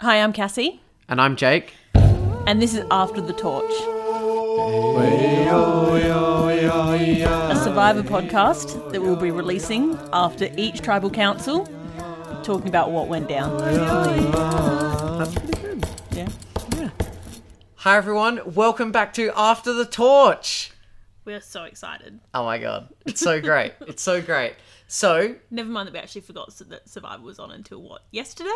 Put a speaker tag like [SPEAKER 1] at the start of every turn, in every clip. [SPEAKER 1] Hi, I'm Cassie,
[SPEAKER 2] And I'm Jake.
[SPEAKER 1] and this is After the Torch. A survivor podcast that we'll be releasing after each tribal council, talking about what went down.
[SPEAKER 2] That's pretty good.
[SPEAKER 1] Yeah.
[SPEAKER 2] Hi, everyone. Welcome back to After the Torch.
[SPEAKER 3] We're so excited.
[SPEAKER 2] Oh my God. It's so great. it's so great. So,
[SPEAKER 3] Never mind that we actually forgot su- that Survivor was on until what? Yesterday?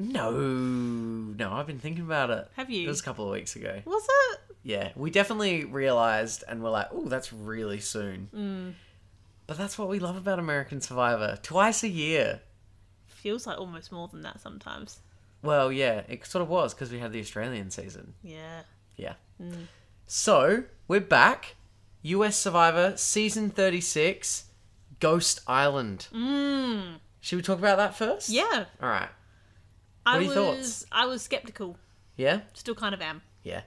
[SPEAKER 2] no, no, I've been thinking about it.
[SPEAKER 3] Have you?
[SPEAKER 2] It was a couple of weeks ago.
[SPEAKER 3] Was it?
[SPEAKER 2] Yeah. We definitely realized and we're like, oh, that's really soon. But that's what we love about American Survivor. Twice a year.
[SPEAKER 3] Feels like almost more than that sometimes.
[SPEAKER 2] Well, yeah, it sort of was because we had the Australian season.
[SPEAKER 3] Yeah.
[SPEAKER 2] Yeah.
[SPEAKER 3] Mm.
[SPEAKER 2] So we're back. US Survivor season 36, Ghost Island. Mm. Should we talk about that first?
[SPEAKER 3] Yeah.
[SPEAKER 2] All right.
[SPEAKER 3] I
[SPEAKER 2] are your
[SPEAKER 3] was
[SPEAKER 2] thoughts?
[SPEAKER 3] I was skeptical.
[SPEAKER 2] Yeah.
[SPEAKER 3] Still kind of am.
[SPEAKER 2] Yeah.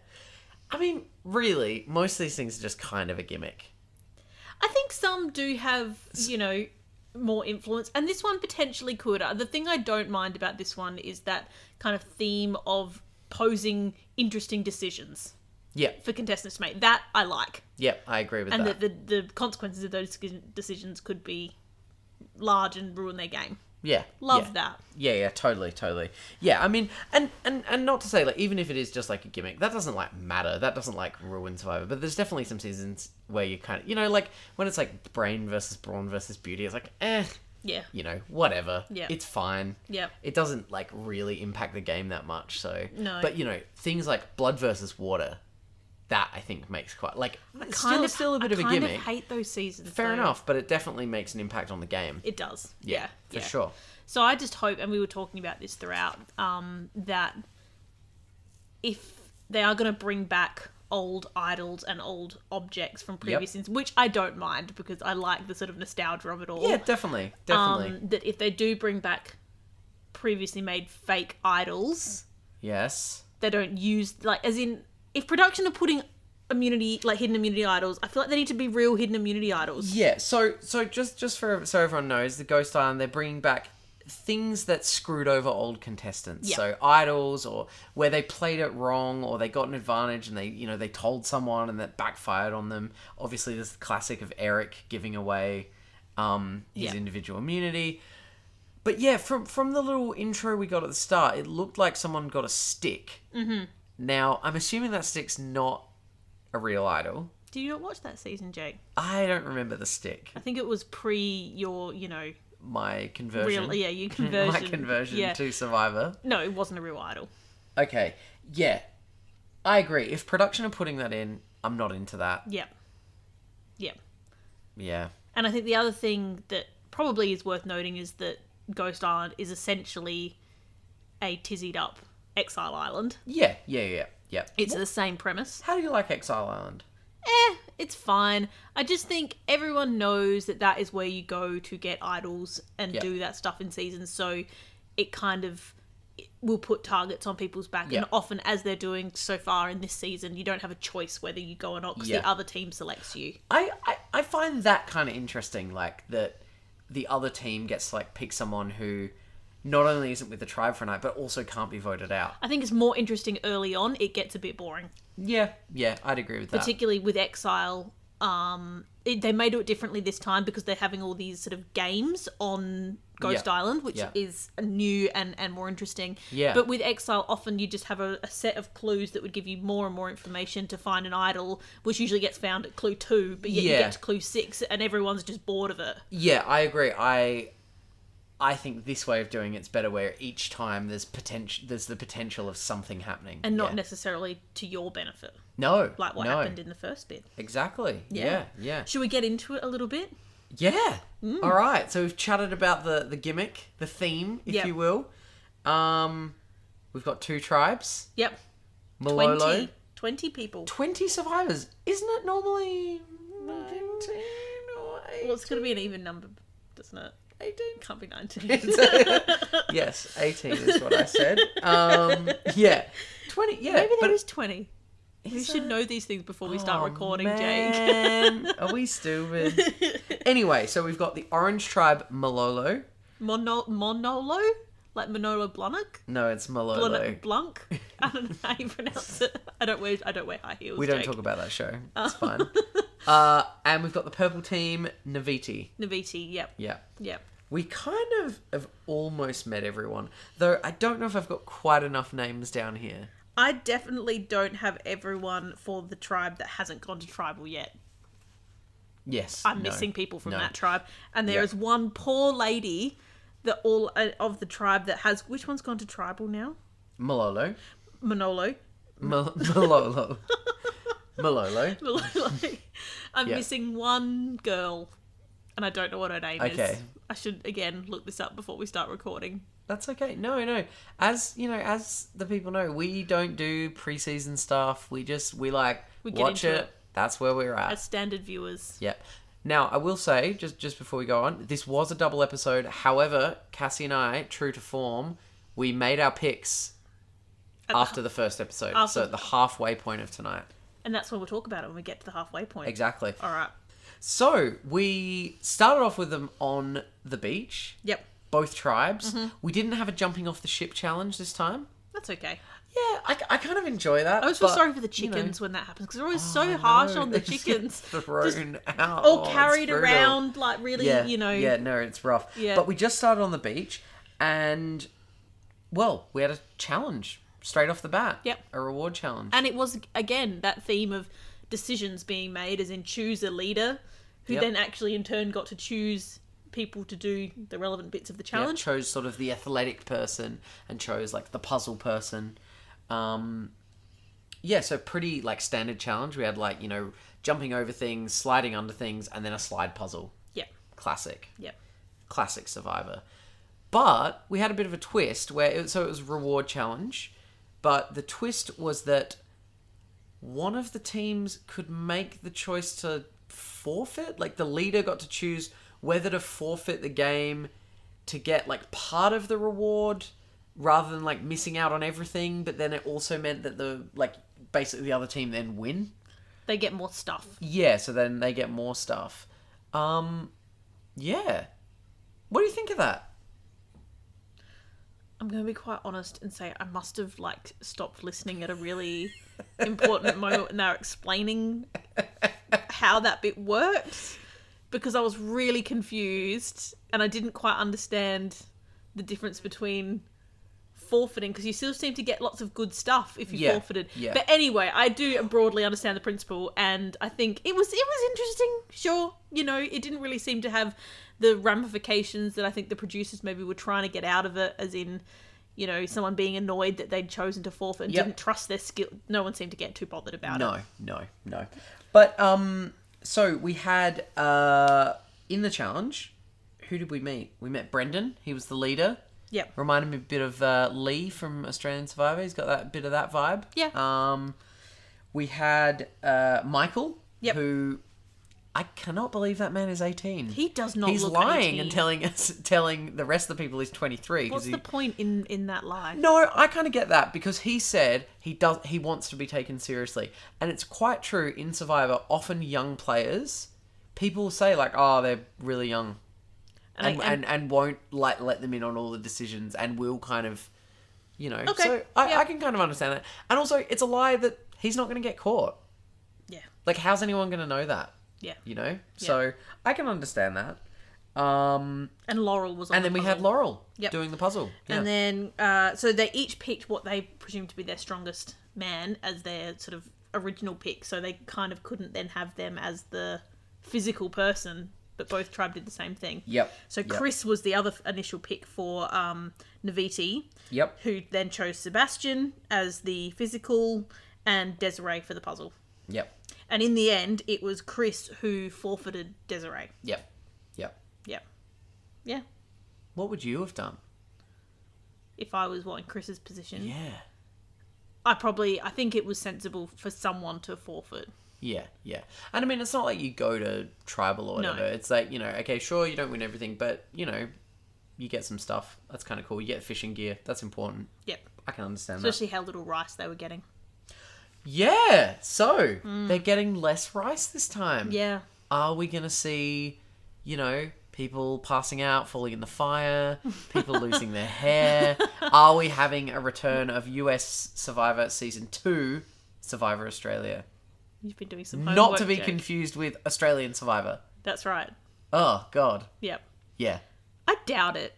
[SPEAKER 2] I mean, really, most of these things are just kind of a gimmick.
[SPEAKER 3] I think some do have, you know, more influence, and this one potentially could. Uh, The thing I don't mind about this one is that kind of theme of posing interesting decisions
[SPEAKER 2] Yep.
[SPEAKER 3] for contestants to make. That I like.
[SPEAKER 2] Yep. I agree with
[SPEAKER 3] and
[SPEAKER 2] that.
[SPEAKER 3] that the, the consequences of those deci- decisions could be large and ruin their game.
[SPEAKER 2] yeah.
[SPEAKER 3] Love
[SPEAKER 2] yeah.
[SPEAKER 3] that.
[SPEAKER 2] Yeah, yeah, totally, totally. Yeah, I mean, and and and not to say like even if it is just like a gimmick, that doesn't like matter. That doesn't like ruin Survivor. But there's definitely some seasons where you kind of you know like when it's like brain versus brawn versus beauty, it's like eh,
[SPEAKER 3] Yeah.
[SPEAKER 2] you know whatever.
[SPEAKER 3] Yeah.
[SPEAKER 2] it's fine.
[SPEAKER 3] Yeah.
[SPEAKER 2] It doesn't like really impact the game that much. So
[SPEAKER 3] No.
[SPEAKER 2] but you know things like blood versus water, that I think makes quite like it's
[SPEAKER 3] Kind
[SPEAKER 2] still
[SPEAKER 3] of
[SPEAKER 2] still a bit
[SPEAKER 3] I
[SPEAKER 2] of a
[SPEAKER 3] kind
[SPEAKER 2] gimmick.
[SPEAKER 3] hate those seasons.
[SPEAKER 2] Fair
[SPEAKER 3] though.
[SPEAKER 2] enough, but it definitely makes an impact on the game.
[SPEAKER 3] It does. Yeah.
[SPEAKER 2] for
[SPEAKER 3] yeah.
[SPEAKER 2] sure.
[SPEAKER 3] So I just hope, and we were talking about this throughout, um, that if they are going to bring back old idols and old objects from previous things, which I don't mind because I like the sort of nostalgia of it all.
[SPEAKER 2] Yeah, Oh, definitely, definitely.
[SPEAKER 3] Um, that if they do bring back previously made fake idols,
[SPEAKER 2] yes.
[SPEAKER 3] they don't use like as in if production are putting immunity like hidden immunity idols i feel like they need to be real hidden immunity idols
[SPEAKER 2] Yeah, so so just just for so everyone knows, the Ghost Island they're bringing back things that screwed over old contestants.
[SPEAKER 3] Yeah.
[SPEAKER 2] So idols or where they played it wrong or they got an advantage and they you know they told someone and that backfired on them. Obviously, there's the classic of Eric giving away um, his
[SPEAKER 3] Yeah.
[SPEAKER 2] individual immunity. But yeah, from from the little intro we got at the start, it looked like someone got a stick. Mm-hmm. Now I'm assuming that stick's not a real idol.
[SPEAKER 3] do you not watch that season jake
[SPEAKER 2] I don't remember the stick.
[SPEAKER 3] i think it was pre your you know
[SPEAKER 2] my conversion.
[SPEAKER 3] real yeah your conversion
[SPEAKER 2] my conversion
[SPEAKER 3] yeah
[SPEAKER 2] to Survivor.
[SPEAKER 3] no it wasn't a real idol
[SPEAKER 2] Okay, yeah, I agree. If production are putting that in, I'm not into that.
[SPEAKER 3] yeah yeah
[SPEAKER 2] Yeah,
[SPEAKER 3] and i think the other thing that probably is worth noting is that ghost island is essentially a tizzied up exile island
[SPEAKER 2] yeah, yeah, yeah, yeah.
[SPEAKER 3] it's the same premise
[SPEAKER 2] How do you like Exile Island?
[SPEAKER 3] eh, it's fine. I just think everyone knows that that is where you go to get idols and
[SPEAKER 2] Yeah.
[SPEAKER 3] do that stuff in seasons. So it kind of it will put targets on people's back.
[SPEAKER 2] Yeah.
[SPEAKER 3] And often, as they're doing so far in this season, you don't have a choice whether you go or not because
[SPEAKER 2] Yeah.
[SPEAKER 3] the other team selects you.
[SPEAKER 2] I, I, I find that kind of interesting, like that the other team gets to like pick someone who not only isn't with the tribe for a night, but also can't be voted out.
[SPEAKER 3] I think it's more interesting early on. It gets a bit boring,
[SPEAKER 2] Yeah, yeah, I'd agree with that.
[SPEAKER 3] particularly with Exile. Um, it, they may do it differently this time because they're having all these sort of games on Ghost
[SPEAKER 2] Yeah.
[SPEAKER 3] Island, which
[SPEAKER 2] Yeah.
[SPEAKER 3] is new and, and more interesting.
[SPEAKER 2] Yeah.
[SPEAKER 3] But with Exile, often you just have a, a set of clues that would give you more and more information to find an idol, which usually gets found at clue two, but yet you
[SPEAKER 2] Yeah.
[SPEAKER 3] get to clue six and everyone's just bored of it.
[SPEAKER 2] Yeah, I agree. I I think this way of doing it's better where each time there's potential there's the potential of something happening.
[SPEAKER 3] And not
[SPEAKER 2] yeah.
[SPEAKER 3] necessarily to your benefit,
[SPEAKER 2] No.
[SPEAKER 3] like what
[SPEAKER 2] no.
[SPEAKER 3] happened in the first bit.
[SPEAKER 2] Exactly. Yeah.
[SPEAKER 3] Yeah. Mm.
[SPEAKER 2] Yeah.
[SPEAKER 3] Should we get into it a little bit?
[SPEAKER 2] Yeah. All right. So we've chatted about the the gimmick, the theme, if
[SPEAKER 3] Yep.
[SPEAKER 2] you will. Um we've got two tribes.
[SPEAKER 3] Yep.
[SPEAKER 2] Malolo.
[SPEAKER 3] 20,
[SPEAKER 2] 20,
[SPEAKER 3] 20 people.
[SPEAKER 2] survivors. Isn't it normally 19 or
[SPEAKER 3] Well, it's going to be an even number, doesn't it?
[SPEAKER 2] 18?
[SPEAKER 3] Can't be 19.
[SPEAKER 2] yes, 18 is what I said. Um, yeah. 20, yeah.
[SPEAKER 3] Maybe
[SPEAKER 2] but Oh,
[SPEAKER 3] there is 20. We should know these things before we start recording, Jake.
[SPEAKER 2] Jake. Are we stupid? anyway, so we've got the Orange Tribe Malolo.
[SPEAKER 3] Mono- Monolo? like Manolo Blahnik.
[SPEAKER 2] No, it's Malolo.
[SPEAKER 3] Blahnik Blanc. I don't know how you pronounce it. I don't wear I don't wear high heels.
[SPEAKER 2] We don't
[SPEAKER 3] Jake. Oh.
[SPEAKER 2] talk about that show. It's fine. Uh, and we've got the purple team, Naviti.
[SPEAKER 3] Naviti. Yep.
[SPEAKER 2] Yeah.
[SPEAKER 3] Yep.
[SPEAKER 2] We kind of have almost met everyone, though I don't know if I've got quite enough names down here.
[SPEAKER 3] I definitely don't have everyone for the tribe that hasn't gone to tribal yet.
[SPEAKER 2] Yes.
[SPEAKER 3] I'm
[SPEAKER 2] no,
[SPEAKER 3] missing people from
[SPEAKER 2] no.
[SPEAKER 3] that tribe, and there
[SPEAKER 2] Yeah.
[SPEAKER 3] is one poor lady that all uh, of the tribe that has which one's gone to tribal now?
[SPEAKER 2] Malolo.
[SPEAKER 3] Manolo.
[SPEAKER 2] Mal- Malolo. Malolo.
[SPEAKER 3] Manolo. I'm
[SPEAKER 2] Yeah.
[SPEAKER 3] missing one girl, and I don't know what her name is.
[SPEAKER 2] Okay.
[SPEAKER 3] I should again look this up before we start recording.
[SPEAKER 2] That's okay. No, no. As you know, as the people know, we don't do preseason stuff. We just we like
[SPEAKER 3] We get
[SPEAKER 2] watch
[SPEAKER 3] into
[SPEAKER 2] it.
[SPEAKER 3] it.
[SPEAKER 2] That's where we're at.
[SPEAKER 3] As standard viewers,
[SPEAKER 2] Yep. Now, I will say, just just before we go on, this was a double episode. However, Cassie and I, true to form, we made our picks after the first episode.
[SPEAKER 3] after-
[SPEAKER 2] So at the halfway point of tonight.
[SPEAKER 3] and that's when we'll talk about it when we get to the halfway point.
[SPEAKER 2] Exactly.
[SPEAKER 3] All right.
[SPEAKER 2] So we started off with them on the beach,
[SPEAKER 3] Yep.
[SPEAKER 2] both tribes. We didn't have a jumping off the ship challenge this time.
[SPEAKER 3] That's okay.
[SPEAKER 2] Yeah, I, I kind of enjoy that.
[SPEAKER 3] I always feel
[SPEAKER 2] but,
[SPEAKER 3] sorry for the
[SPEAKER 2] you know, Oh,
[SPEAKER 3] chickens when that happens because they're always so harsh
[SPEAKER 2] no,
[SPEAKER 3] on the
[SPEAKER 2] they just
[SPEAKER 3] chickens.
[SPEAKER 2] get thrown out.
[SPEAKER 3] all
[SPEAKER 2] Oh, it's
[SPEAKER 3] carried
[SPEAKER 2] brutal.
[SPEAKER 3] around like really you know
[SPEAKER 2] yeah no it's rough
[SPEAKER 3] Yeah.
[SPEAKER 2] but we just started on the beach and well we had a challenge straight off the bat
[SPEAKER 3] Yep.
[SPEAKER 2] a reward challenge
[SPEAKER 3] and it was again that theme of decisions being made as in choose a leader who
[SPEAKER 2] Yep.
[SPEAKER 3] then actually in turn got to choose people to do the relevant bits of the
[SPEAKER 2] Yeah,
[SPEAKER 3] challenge
[SPEAKER 2] chose sort of the athletic person and chose like the puzzle person um yeah so pretty like standard challenge we had like you know jumping over things sliding under things and then a slide puzzle
[SPEAKER 3] yeah
[SPEAKER 2] classic
[SPEAKER 3] yeah
[SPEAKER 2] classic survivor but we had a bit of a twist where it, so it was a reward challenge but the twist was that one of the teams could make the choice to forfeit like the leader got to choose whether to forfeit the game to get like part of the reward rather than like missing out on everything but then it also meant that the like basically the other team then win
[SPEAKER 3] they get more stuff
[SPEAKER 2] yeah so then they get more stuff um yeah what do you think of that
[SPEAKER 3] i'm gonna be quite honest and say i must have like stopped listening at a really important moment when they were explaining how that bit works because i was really confused and i didn't quite understand the difference between forfeiting because you still seem to get lots of good stuff if you
[SPEAKER 2] Yeah,
[SPEAKER 3] forfeited
[SPEAKER 2] yeah.
[SPEAKER 3] but anyway i do broadly understand the principle and i think it was it was interesting sure you know it didn't really seem to have the ramifications that i think the producers maybe were trying to get out of it as in you know someone being annoyed that they'd chosen to forfeit and
[SPEAKER 2] Yep.
[SPEAKER 3] didn't trust their skill no one seemed to get too bothered about it
[SPEAKER 2] No, no, no. But um, so we had uh in the challenge, who did we meet? We met Brendan. He was the leader.
[SPEAKER 3] Yep.
[SPEAKER 2] Reminded me a bit of uh, Lee from Australian Survivor. He's got that bit of that vibe.
[SPEAKER 3] Yeah.
[SPEAKER 2] Um, we had uh Michael.
[SPEAKER 3] Yep.
[SPEAKER 2] Who. I cannot believe that man is eighteen.
[SPEAKER 3] He does not
[SPEAKER 2] He's
[SPEAKER 3] look
[SPEAKER 2] lying
[SPEAKER 3] 18.
[SPEAKER 2] and telling us, telling the rest of the people he's twenty three.
[SPEAKER 3] What's the point in in that lie?
[SPEAKER 2] No, I kind of get that because he said he does he wants to be taken seriously, and it's quite true in Survivor. Often young players, people say like, "Oh, they're really young,"
[SPEAKER 3] And I-
[SPEAKER 2] and
[SPEAKER 3] and-
[SPEAKER 2] and, and won't like let them in on all the decisions, and will kind of, you know.
[SPEAKER 3] Okay,
[SPEAKER 2] So I,
[SPEAKER 3] yeah.
[SPEAKER 2] I can kind of understand that, and also it's a lie that he's not going to get caught.
[SPEAKER 3] Yeah,
[SPEAKER 2] Like, how's anyone going to know that?
[SPEAKER 3] yeah.
[SPEAKER 2] You know. So I can understand that. Um,
[SPEAKER 3] And Laurel was. On
[SPEAKER 2] and
[SPEAKER 3] the
[SPEAKER 2] then we had
[SPEAKER 3] puzzle.
[SPEAKER 2] Laurel
[SPEAKER 3] Yep.
[SPEAKER 2] doing the puzzle,
[SPEAKER 3] And
[SPEAKER 2] Yeah.
[SPEAKER 3] then, uh, so they each picked what they presumed to be their strongest man as their sort of original pick. So they kind of couldn't then have them as the physical person, but both tribe did the same thing.
[SPEAKER 2] Yep.
[SPEAKER 3] So
[SPEAKER 2] Yep.
[SPEAKER 3] Chris was the other f- initial pick for um, Naviti,
[SPEAKER 2] Yep.
[SPEAKER 3] who then chose Sebastian as the physical, and Desiree for the puzzle.
[SPEAKER 2] Yep.
[SPEAKER 3] And in the end, it was Chris who forfeited Desiree.
[SPEAKER 2] Yep. Yep.
[SPEAKER 3] Yep. Yeah.
[SPEAKER 2] What would you have done?
[SPEAKER 3] If I was what in Chris's position,
[SPEAKER 2] Yeah.
[SPEAKER 3] I probably I think it was sensible for someone to forfeit.
[SPEAKER 2] Yeah, yeah. And I mean, it's not like you go to tribal or
[SPEAKER 3] No.
[SPEAKER 2] whatever. It's like, you know, okay, sure, you don't win everything, but, you know, you get some stuff. That's kind of cool. You get fishing gear. That's important.
[SPEAKER 3] Yep.
[SPEAKER 2] I can understand that.
[SPEAKER 3] Especially how little rice they were getting.
[SPEAKER 2] Yeah, so Hmm. they're getting less rice this time.
[SPEAKER 3] Mm. Yeah.
[SPEAKER 2] Are we going to see, you know, people passing out, falling in the fire, people losing their hair. Are we having a return of US Survivor Season 2, Survivor Australia?
[SPEAKER 3] You've been doing some
[SPEAKER 2] Not
[SPEAKER 3] homework,
[SPEAKER 2] to be
[SPEAKER 3] Jake.
[SPEAKER 2] confused with Australian Survivor.
[SPEAKER 3] That's right.
[SPEAKER 2] Oh, God.
[SPEAKER 3] Yep.
[SPEAKER 2] Yeah.
[SPEAKER 3] I doubt it.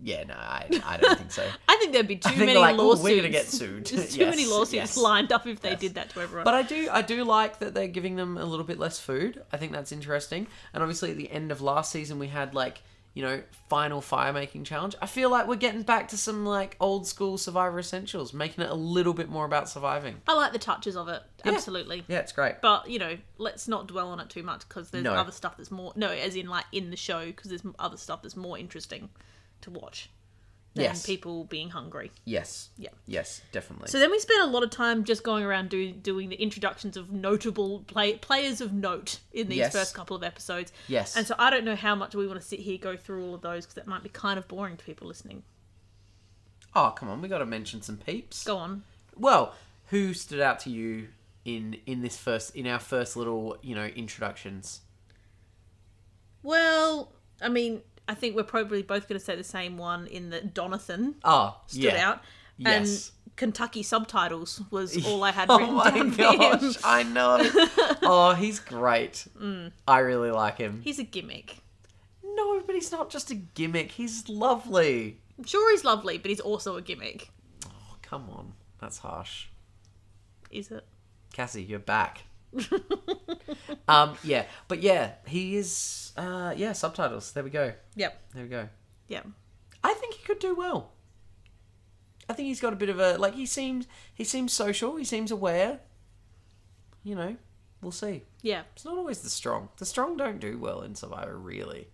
[SPEAKER 2] Yeah, no, I, I don't think so.
[SPEAKER 3] I think there'd be too
[SPEAKER 2] I think
[SPEAKER 3] many
[SPEAKER 2] they're like, "Ooh,
[SPEAKER 3] lawsuits.
[SPEAKER 2] we're going to get sued.
[SPEAKER 3] There's too many
[SPEAKER 2] Yes,
[SPEAKER 3] lawsuits
[SPEAKER 2] yes.
[SPEAKER 3] lined up if they
[SPEAKER 2] Yes.
[SPEAKER 3] did that to everyone.
[SPEAKER 2] But I do, I do like that they're giving them a little bit less food. I think that's interesting. And obviously, at the end of last season, we had like you know final fire making challenge. I feel like we're getting back to some like old school Survivor essentials, making it a little bit more about surviving.
[SPEAKER 3] I like the touches of it.
[SPEAKER 2] Yeah.
[SPEAKER 3] Absolutely.
[SPEAKER 2] Yeah, it's great.
[SPEAKER 3] But you know, let's not dwell on it too much because there's
[SPEAKER 2] No.
[SPEAKER 3] other stuff that's more no, as in like in the show because there's other stuff that's more interesting to watch than
[SPEAKER 2] Yes.
[SPEAKER 3] people being hungry.
[SPEAKER 2] Yes.
[SPEAKER 3] Yeah.
[SPEAKER 2] Yes, definitely.
[SPEAKER 3] So then we spent a lot of time just going around do, doing the introductions of notable play, players of note in these
[SPEAKER 2] Yes.
[SPEAKER 3] first couple of episodes.
[SPEAKER 2] Yes.
[SPEAKER 3] And so I don't know how much we want to sit here go through all of those because that might be kind of boring to people listening.
[SPEAKER 2] oh, come on, we got to mention some peeps.
[SPEAKER 3] Go on.
[SPEAKER 2] Well, who stood out to you in in this first in our first little you know introductions?
[SPEAKER 3] Well, I mean, I think we're probably both going to say the same one in that Donathan
[SPEAKER 2] Oh,
[SPEAKER 3] stood
[SPEAKER 2] yeah.
[SPEAKER 3] out.
[SPEAKER 2] Yes.
[SPEAKER 3] And Kentucky subtitles was all I had
[SPEAKER 2] Oh
[SPEAKER 3] written
[SPEAKER 2] my
[SPEAKER 3] down
[SPEAKER 2] gosh,
[SPEAKER 3] for him.
[SPEAKER 2] I know. oh, he's great.
[SPEAKER 3] Mm.
[SPEAKER 2] I really like him.
[SPEAKER 3] He's a gimmick.
[SPEAKER 2] No, but he's not just a gimmick. He's lovely.
[SPEAKER 3] I'm sure he's lovely, but he's also a gimmick.
[SPEAKER 2] Oh, come on. That's harsh.
[SPEAKER 3] Is it?
[SPEAKER 2] Cassie, you're back. um, yeah, but yeah, he is. Uh, yeah, subtitles. There we go.
[SPEAKER 3] Yep.
[SPEAKER 2] There we go.
[SPEAKER 3] Yep.
[SPEAKER 2] I think he could do well. I think he's got a bit of a like. He seems he seems social. He seems aware. You know, we'll see.
[SPEAKER 3] Yeah.
[SPEAKER 2] It's not always the strong. The strong don't do well in Survivor, really.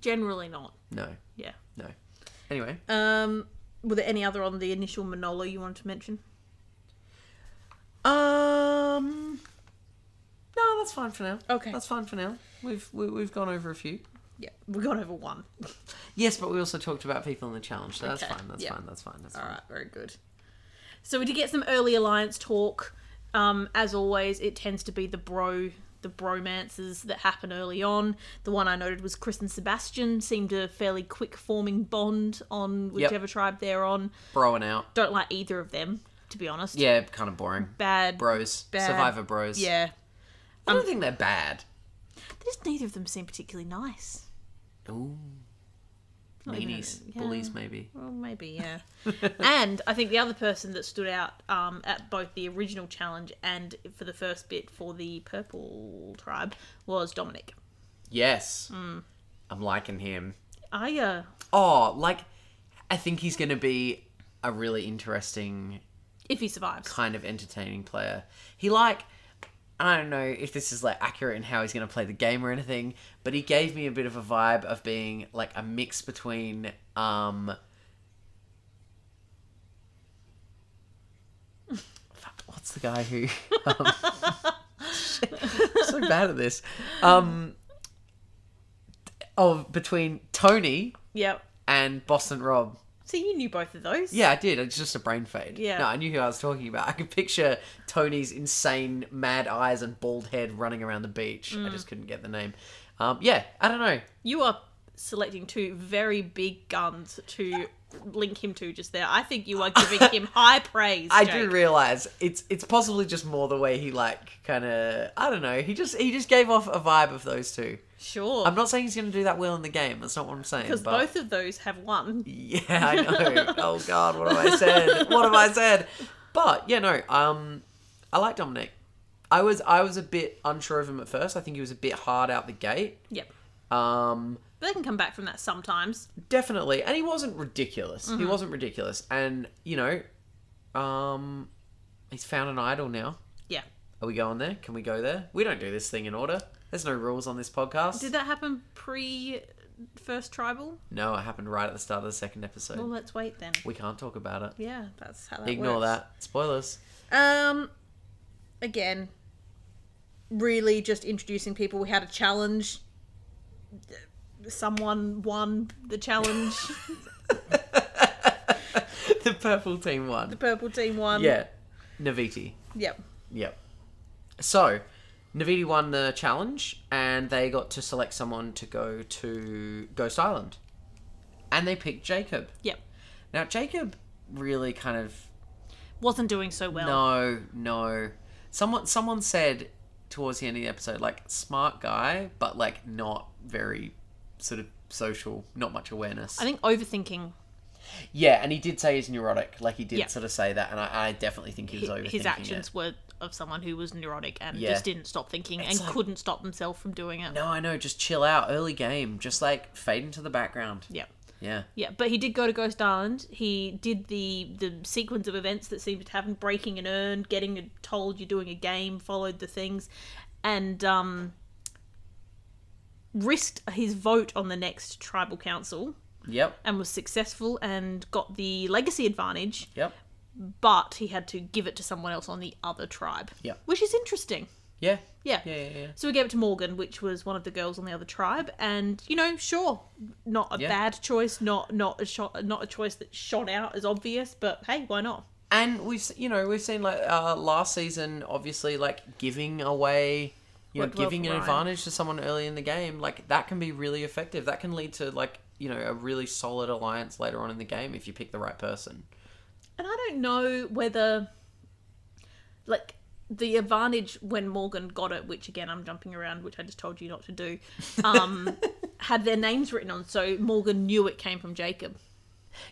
[SPEAKER 3] Generally not.
[SPEAKER 2] No,
[SPEAKER 3] Yeah.
[SPEAKER 2] no. Anyway,
[SPEAKER 3] Um, were there any other on the initial Manolo you wanted to mention?
[SPEAKER 2] um, no, that's fine for now.
[SPEAKER 3] Okay.
[SPEAKER 2] that's fine for now. We've we, we've gone over a few.
[SPEAKER 3] Yeah, we got over one.
[SPEAKER 2] Yes, but we also talked about people in the challenge, so that's
[SPEAKER 3] Okay,
[SPEAKER 2] fine. That's
[SPEAKER 3] yeah.
[SPEAKER 2] fine. That's fine. That's
[SPEAKER 3] All
[SPEAKER 2] fine.
[SPEAKER 3] right, very good. So we did get some early alliance talk. Um, as always, it tends to be the bro, the bromances that happen early on. The one I noted was Chris and Sebastian seemed a fairly quick forming bond on whichever tribe they're on.
[SPEAKER 2] Broing out.
[SPEAKER 3] Don't like either of them, to be honest.
[SPEAKER 2] Yeah, kind of boring.
[SPEAKER 3] Bad.
[SPEAKER 2] Bros.
[SPEAKER 3] Bad.
[SPEAKER 2] Survivor bros.
[SPEAKER 3] Yeah.
[SPEAKER 2] I
[SPEAKER 3] Um,
[SPEAKER 2] don't think they're bad.
[SPEAKER 3] Just neither of them seem particularly nice.
[SPEAKER 2] Ooh.
[SPEAKER 3] Not even-
[SPEAKER 2] Meanies.
[SPEAKER 3] yeah.
[SPEAKER 2] Bullies, maybe.
[SPEAKER 3] Well, maybe, yeah. and I think the other person that stood out um, at both the original challenge and for the first bit for the purple tribe was Dominic.
[SPEAKER 2] Yes. I'm liking him.
[SPEAKER 3] I, uh,
[SPEAKER 2] Oh, like, I think he's going to be a really interesting
[SPEAKER 3] if he survives.
[SPEAKER 2] kind of entertaining player. He like I don't know if this is like accurate in how he's going to play the game or anything, but he gave me a bit of a vibe of being like a mix between um fuck, what's the guy who um, so bad at this. Um oh between Tony
[SPEAKER 3] Yep.
[SPEAKER 2] and Boston Rob.
[SPEAKER 3] So you knew both of those.
[SPEAKER 2] Yeah, I did. It's just a brain fade.
[SPEAKER 3] Yeah.
[SPEAKER 2] No, I knew who I was talking about. I could picture Tony's insane, mad eyes and bald head running around the beach.
[SPEAKER 3] Mm.
[SPEAKER 2] I just couldn't get the name. Um, yeah, I don't know.
[SPEAKER 3] You are selecting two very big guns to link him to just there. I think you are giving him high praise.
[SPEAKER 2] I do
[SPEAKER 3] Jake.
[SPEAKER 2] realize it's it's possibly just more the way he like kind of I don't know. He just he just gave off a vibe of those two.
[SPEAKER 3] Sure.
[SPEAKER 2] I'm not saying he's going to do that well in the game. That's not what I'm saying.
[SPEAKER 3] Because
[SPEAKER 2] but-
[SPEAKER 3] both of those have won.
[SPEAKER 2] Yeah, I know. oh God, what have I said? What have I said? But yeah, no. Um, I like Dominic. I was I was a bit unsure of him at first. I think he was a bit hard out the gate.
[SPEAKER 3] Yep.
[SPEAKER 2] Um,
[SPEAKER 3] But they can come back from that sometimes.
[SPEAKER 2] definitely, and he wasn't ridiculous.
[SPEAKER 3] Mm-hmm.
[SPEAKER 2] He wasn't ridiculous, and you know, um, he's found an idol now.
[SPEAKER 3] Yeah.
[SPEAKER 2] Are we going there? Can we go there? We don't do this thing in order. There's no rules on this podcast.
[SPEAKER 3] Did that happen pre first tribal?
[SPEAKER 2] no, it happened right at the start of the second episode.
[SPEAKER 3] Well, let's wait then.
[SPEAKER 2] we can't talk about it.
[SPEAKER 3] Yeah, that's how that
[SPEAKER 2] Ignore
[SPEAKER 3] works.
[SPEAKER 2] that. Spoilers.
[SPEAKER 3] that. Um, again, really just introducing people. We had a challenge. Someone won the challenge.
[SPEAKER 2] the purple team won.
[SPEAKER 3] Um, the purple team won.
[SPEAKER 2] Yeah. Naviti.
[SPEAKER 3] Yep.
[SPEAKER 2] Yep. So, Navidi won the challenge, and they got to select someone to go to Ghost Island, and they picked Jacob.
[SPEAKER 3] Yep.
[SPEAKER 2] Now Jacob really kind of
[SPEAKER 3] Wasn't doing so well.
[SPEAKER 2] no, no. Someone someone said towards the end of the episode, like smart guy, but like not very sort of social, not much awareness.
[SPEAKER 3] I think overthinking
[SPEAKER 2] yeah, and he did say he's neurotic. Like he did
[SPEAKER 3] Yeah.
[SPEAKER 2] sort of say that, and I, I definitely think he was
[SPEAKER 3] hi-
[SPEAKER 2] overthinking
[SPEAKER 3] his actions
[SPEAKER 2] it.
[SPEAKER 3] were of someone who was neurotic and
[SPEAKER 2] Yeah.
[SPEAKER 3] just didn't stop thinking and
[SPEAKER 2] like-
[SPEAKER 3] couldn't stop themselves from doing it.
[SPEAKER 2] No, I know. Just chill out. Early game. Just like fade into the background.
[SPEAKER 3] Yep.
[SPEAKER 2] Yeah.
[SPEAKER 3] Yeah, but he did go to Ghost Island. He did the the sequence of events that seemed to happen: breaking an urn, getting told you're doing a game, followed the things, and um, risked his vote on the next tribal council,
[SPEAKER 2] Yep.
[SPEAKER 3] and was successful and got the legacy advantage.
[SPEAKER 2] Yep.
[SPEAKER 3] But he had to give it to someone else on the other tribe.
[SPEAKER 2] Yeah.
[SPEAKER 3] which is interesting.
[SPEAKER 2] Yeah.
[SPEAKER 3] Yeah.
[SPEAKER 2] Yeah. Yeah. yeah.
[SPEAKER 3] So we gave it to Morgan, which was one of the girls on the other tribe, and you know, sure, not a
[SPEAKER 2] Yeah.
[SPEAKER 3] bad choice, not not a shot, not a choice that shot out as obvious, but hey, why not?
[SPEAKER 2] And we've s- you know we've seen like uh, last season, obviously like giving away. You know,
[SPEAKER 3] Worked well
[SPEAKER 2] giving
[SPEAKER 3] for
[SPEAKER 2] an
[SPEAKER 3] Ryan.
[SPEAKER 2] advantage to someone early in the game, like that can be really effective. That can lead to like you know a really solid alliance later on in the game if you pick the right person.
[SPEAKER 3] And I don't know whether, like, the advantage when Morgan got it, which again I'm jumping around, which I just told you not to do, um, had their names written on, so Morgan knew it came from Jacob.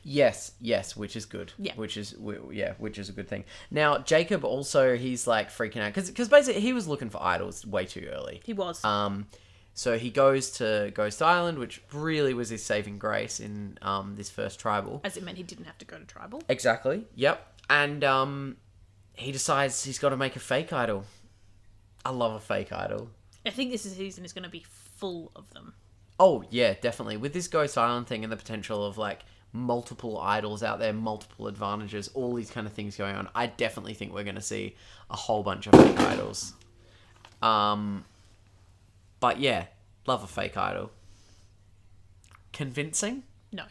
[SPEAKER 2] Yes, yes, which is good.
[SPEAKER 3] Yeah.
[SPEAKER 2] which is w- yeah, which is a good thing. Now Jacob also he's like freaking out because basically he was looking for idols way too early.
[SPEAKER 3] He was.
[SPEAKER 2] Um, so he goes to Ghost Island, which really was his saving grace in um this first tribal.
[SPEAKER 3] as it meant he didn't have to go to tribal.
[SPEAKER 2] Exactly. Yep. And um, he decides he's got to make a fake idol. I love a fake idol.
[SPEAKER 3] I think this season is going to be full of them.
[SPEAKER 2] Oh yeah, definitely. With this Ghost Island thing and the potential of like multiple idols out there, multiple advantages, all these kind of things going on, I definitely think we're going to see a whole bunch of fake idols. Um, but yeah, love a fake idol. Convincing.
[SPEAKER 3] No.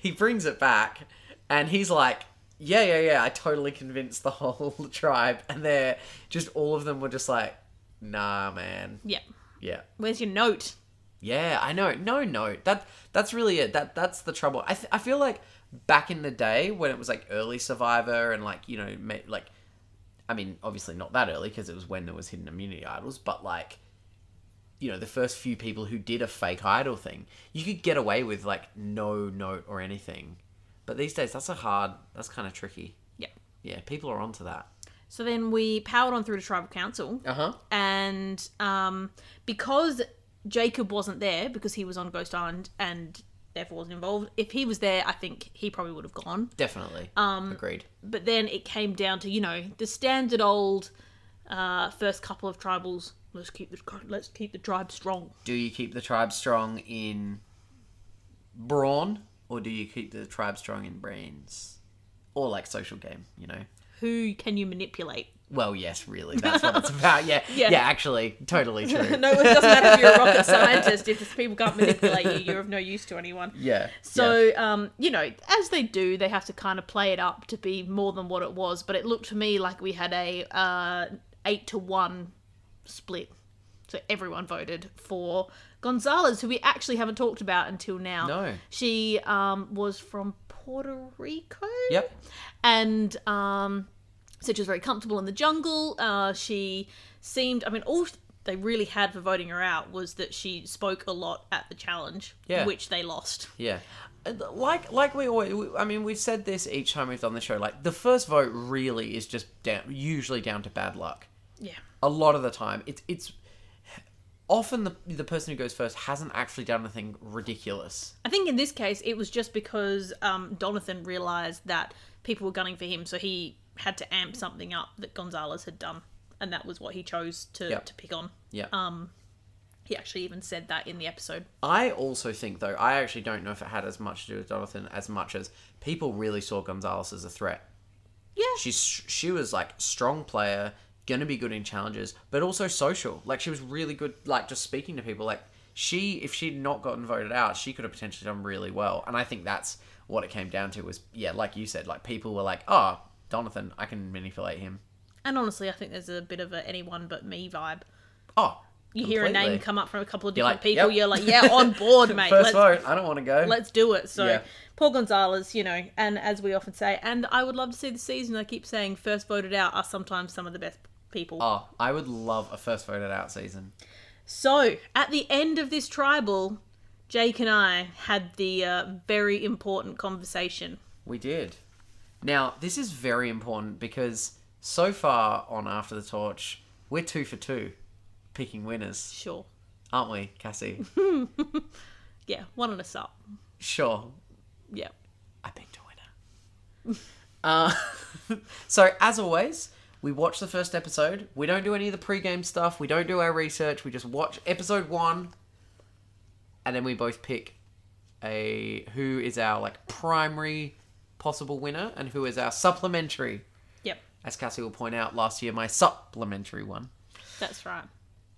[SPEAKER 2] he brings it back, and he's like. Yeah, yeah, yeah. I totally convinced the whole tribe, and they're just all of them were just like, "Nah, man."
[SPEAKER 3] Yeah.
[SPEAKER 2] Yeah,
[SPEAKER 3] Where's your note?
[SPEAKER 2] yeah, I know. No, no. That that's really it. That that's the trouble. I th- I feel like back in the day when it was like early Survivor and like you know ma- like, I mean obviously not that early because it was when there was hidden immunity idols, but like, you know the first few people who did a fake idol thing, you could get away with like no note or anything, but these days that's a hard. That's kind of tricky.
[SPEAKER 3] Yeah.
[SPEAKER 2] Yeah, people are onto that.
[SPEAKER 3] So then we powered on through to tribal council,
[SPEAKER 2] Uh huh.
[SPEAKER 3] and um, because Jacob wasn't there because he was on Ghost Island and therefore wasn't involved. If he was there, I think he probably would have gone.
[SPEAKER 2] Definitely. Um. Agreed.
[SPEAKER 3] But then it came down to you know the standard old uh, first couple of tribals. Let's keep the let's keep the tribe strong.
[SPEAKER 2] do you keep the tribe strong in brawn or do you keep the tribe strong in brains or like social game you know
[SPEAKER 3] Who can you manipulate?
[SPEAKER 2] well yes really that's what it's about yeah yeah,
[SPEAKER 3] Yeah.
[SPEAKER 2] actually totally true
[SPEAKER 3] No, it doesn't matter if you're a rocket scientist. If these people can't manipulate you, you're of no use to anyone.
[SPEAKER 2] yeah
[SPEAKER 3] So, um, you know, as they do, they have to kind of play it up to be more than what it was. But it looked to me like we had a uh, eight to one split. So everyone voted for Gonzalez, who we actually haven't talked about until now.
[SPEAKER 2] No.
[SPEAKER 3] she um, was from Puerto Rico.
[SPEAKER 2] yeah. yep
[SPEAKER 3] and um, so she was very comfortable in the jungle. Uh, she seemed, I mean, all they really had for voting her out was that she spoke a lot at the challenge,
[SPEAKER 2] Yeah.
[SPEAKER 3] which they lost.
[SPEAKER 2] Yeah. Like like we always, we- I mean, we've said this each time we've done the show. Like the first vote really is just down, usually down to bad luck.
[SPEAKER 3] Yeah.
[SPEAKER 2] A lot of the time, it's it's often the the person who goes first hasn't actually done anything ridiculous.
[SPEAKER 3] I think in this case, it was just because um, Donathan realized that people were gunning for him, so he had to amp something up that Gonzalez had done, and that was what he chose to,
[SPEAKER 2] Yep.
[SPEAKER 3] to pick on.
[SPEAKER 2] Yeah.
[SPEAKER 3] He actually even said that in the episode.
[SPEAKER 2] I also think, though, I actually don't know if it had as much to do with Jonathan as much as people really saw Gonzalez as a threat.
[SPEAKER 3] Yeah.
[SPEAKER 2] She's she was like strong player, gonna be good in challenges, but also social. Like she was really good, like just speaking to people. Like she, if she'd not gotten voted out, she could have potentially done really well. And I think that's what it came down to was yeah, like you said, like people were like, oh, Jonathan, I can manipulate him.
[SPEAKER 3] And honestly, I think there's a bit of a anyone but me vibe.
[SPEAKER 2] Oh,
[SPEAKER 3] You hear a
[SPEAKER 2] completely.
[SPEAKER 3] name come up from a couple of
[SPEAKER 2] You're
[SPEAKER 3] different
[SPEAKER 2] like,
[SPEAKER 3] people,
[SPEAKER 2] yep.
[SPEAKER 3] you're like, yeah, on board, mate.
[SPEAKER 2] 1st
[SPEAKER 3] Let's
[SPEAKER 2] vote. I don't want to go.
[SPEAKER 3] let's do it. So
[SPEAKER 2] Yeah.
[SPEAKER 3] Paul Gonzalez, you know, and as we often say, and I would love to see the season. I keep saying first voted out are sometimes some of the best people.
[SPEAKER 2] Oh, I would love a first voted out season.
[SPEAKER 3] So at the end of this tribal, Jake and I had the uh, very important conversation.
[SPEAKER 2] We did. Now, this is very important because so far on After the Torch, we're two for two picking winners,
[SPEAKER 3] Sure.
[SPEAKER 2] aren't we, Cassie?
[SPEAKER 3] Yeah, one and a sub.
[SPEAKER 2] sure.
[SPEAKER 3] Yeah.
[SPEAKER 2] I picked a winner. uh, so, as always, we watch the first episode. We don't do any of the pre-game stuff. We don't do our research. We just watch episode one, and then we both pick a who is our like primary possible winner and who is our supplementary.
[SPEAKER 3] Yep.
[SPEAKER 2] As Cassie will point out, last year my supplementary one.
[SPEAKER 3] That's right.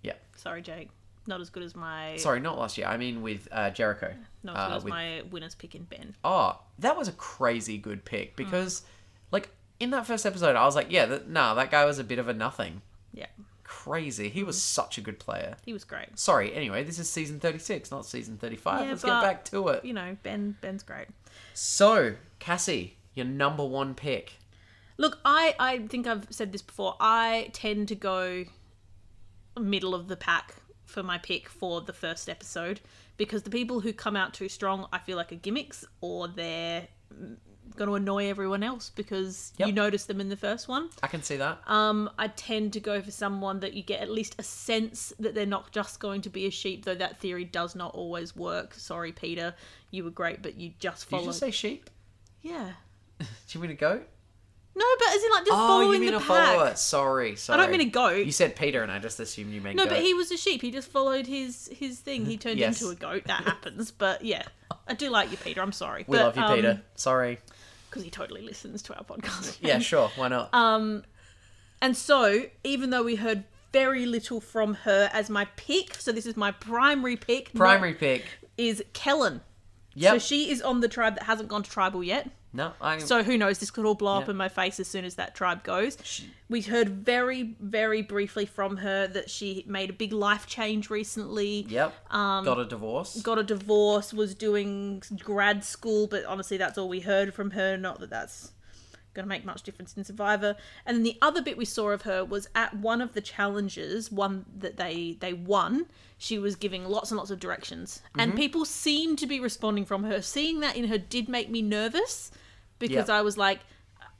[SPEAKER 2] Yeah.
[SPEAKER 3] Sorry, Jake. Not as good as my
[SPEAKER 2] Sorry, not last year. I mean with uh, Jericho.
[SPEAKER 3] not as
[SPEAKER 2] uh,
[SPEAKER 3] good as
[SPEAKER 2] with
[SPEAKER 3] my winners pick in Ben.
[SPEAKER 2] oh, that was a crazy good pick
[SPEAKER 3] Hmm.
[SPEAKER 2] because, like, in that first episode, I was like, yeah, that, nah, that guy was a bit of a nothing.
[SPEAKER 3] Yeah.
[SPEAKER 2] Crazy. He was
[SPEAKER 3] Hmm.
[SPEAKER 2] such a good player.
[SPEAKER 3] He was great.
[SPEAKER 2] Sorry, anyway, this is season 36, not season 35.
[SPEAKER 3] Yeah,
[SPEAKER 2] Let's
[SPEAKER 3] but-
[SPEAKER 2] get back to it.
[SPEAKER 3] You know, Ben Ben's great.
[SPEAKER 2] So, Cassie, your number one pick.
[SPEAKER 3] Look, I, I think I've said this before. I tend to go middle of the pack for my pick for the first episode because the people who come out too strong, I feel like are gimmicks or they're going to annoy everyone else because
[SPEAKER 2] Yep.
[SPEAKER 3] you notice them in the first one.
[SPEAKER 2] I can see that.
[SPEAKER 3] Um, I tend to go for someone that you get at least a sense that they're not just going to be a sheep, though that theory does not always work. Sorry, Peter, you were great, but you just
[SPEAKER 2] Did
[SPEAKER 3] follow.
[SPEAKER 2] you just say sheep?
[SPEAKER 3] yeah.
[SPEAKER 2] Did you mean a goat?
[SPEAKER 3] No, but as in like just
[SPEAKER 2] Oh,
[SPEAKER 3] following
[SPEAKER 2] you mean
[SPEAKER 3] the
[SPEAKER 2] a
[SPEAKER 3] pack.
[SPEAKER 2] follower. Sorry, sorry.
[SPEAKER 3] mean a goat.
[SPEAKER 2] You said Peter, and I just assumed you meant
[SPEAKER 3] No,
[SPEAKER 2] goat.
[SPEAKER 3] but he was a sheep. He just followed his his thing. He turned
[SPEAKER 2] Yes.
[SPEAKER 3] into a goat. That happens. But yeah, I do like you, Peter. I'm sorry.
[SPEAKER 2] We
[SPEAKER 3] but,
[SPEAKER 2] love you,
[SPEAKER 3] um,
[SPEAKER 2] Peter. Sorry.
[SPEAKER 3] because he totally listens to our podcast.
[SPEAKER 2] Yeah, sure. Why not?
[SPEAKER 3] um, And so, even though we heard very little from her as my pick, so this is my primary pick. not-
[SPEAKER 2] Primary pick.
[SPEAKER 3] is Kellen.
[SPEAKER 2] Yep.
[SPEAKER 3] So she is on the tribe that hasn't gone to tribal yet.
[SPEAKER 2] no, I.
[SPEAKER 3] So who knows? This could all blow up
[SPEAKER 2] Yeah.
[SPEAKER 3] in my face as soon as that tribe goes. We heard very, very briefly from her that she made a big life change recently.
[SPEAKER 2] Yep. Um, got a divorce.
[SPEAKER 3] got a divorce, was doing grad school, but honestly, that's all we heard from her. Not that that's going to make much difference in Survivor. And then the other bit we saw of her was at one of the challenges, one that they they won. She was giving lots and lots of directions, and people seemed to be responding from her. Seeing that in her did make me nervous because
[SPEAKER 2] Yeah.
[SPEAKER 3] I was like.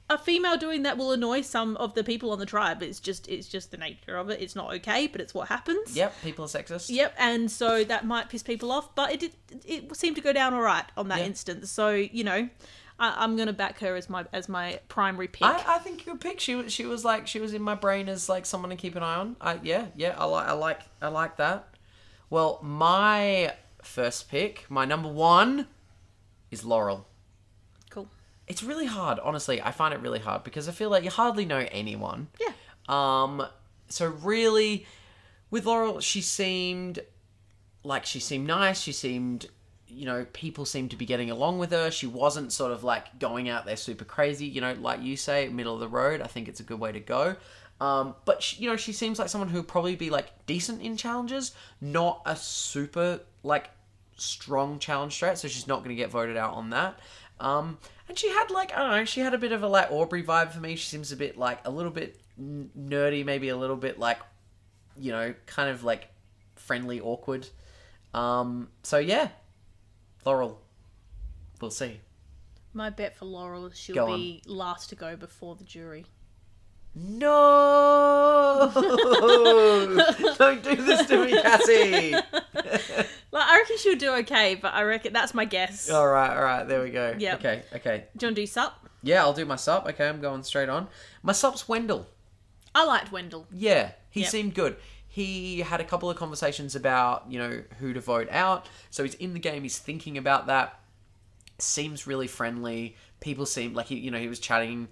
[SPEAKER 3] A female doing that will annoy some of the people on the tribe. It's just it's just the nature of it. It's not okay, but it's what happens.
[SPEAKER 2] Yep, people are sexist.
[SPEAKER 3] Yep, and so that might piss people off, but it did, it seemed to go down all right on that
[SPEAKER 2] Yeah.
[SPEAKER 3] instance. So you know, I, I'm gonna back her as my as my primary pick.
[SPEAKER 2] I, I think you could pick. She was she was like she was in my brain as like someone to keep an eye on. I yeah yeah I like I like I like that. Well, my first pick, my number one, is Laurel.
[SPEAKER 3] cool.
[SPEAKER 2] It's really hard, honestly. I find it really hard because I feel like you hardly know anyone.
[SPEAKER 3] Yeah.
[SPEAKER 2] Um, so really, with Laurel, she seemed like she seemed nice. She seemed, you know, people seemed to be getting along with her. She wasn't sort of like going out there super crazy. You know, like you say, middle of the road. I think it's a good way to go. Um, but she, you know, she seems like someone who would probably be like decent in challenges, not a super like strong challenge threat. So she's not going to get voted out on that. Um, and she had like I don't know, she had a bit of a like Aubrey vibe for me. She seems a bit like a little bit n- nerdy, maybe a little bit like you know, kind of like friendly, awkward. Um, so yeah, Laurel. We'll see.
[SPEAKER 3] My bet for Laurel is she'll
[SPEAKER 2] Go
[SPEAKER 3] be last to go before the jury.
[SPEAKER 2] No! Don't do this to me, Cassie.
[SPEAKER 3] Like I reckon she'll do okay, but I reckon that's my guess.
[SPEAKER 2] all right, all right, there we go.
[SPEAKER 3] Yep.
[SPEAKER 2] Okay, okay.
[SPEAKER 3] Do you want to do sup?
[SPEAKER 2] Yeah, I'll do my sup. Okay, I'm going straight on. My sup's Wendell.
[SPEAKER 3] I liked Wendell.
[SPEAKER 2] Yeah, he
[SPEAKER 3] Yep.
[SPEAKER 2] seemed good. He had a couple of conversations about, you know, who to vote out. So he's in the game, he's thinking about that. Seems really friendly. People seem like he, you know, he was chatting.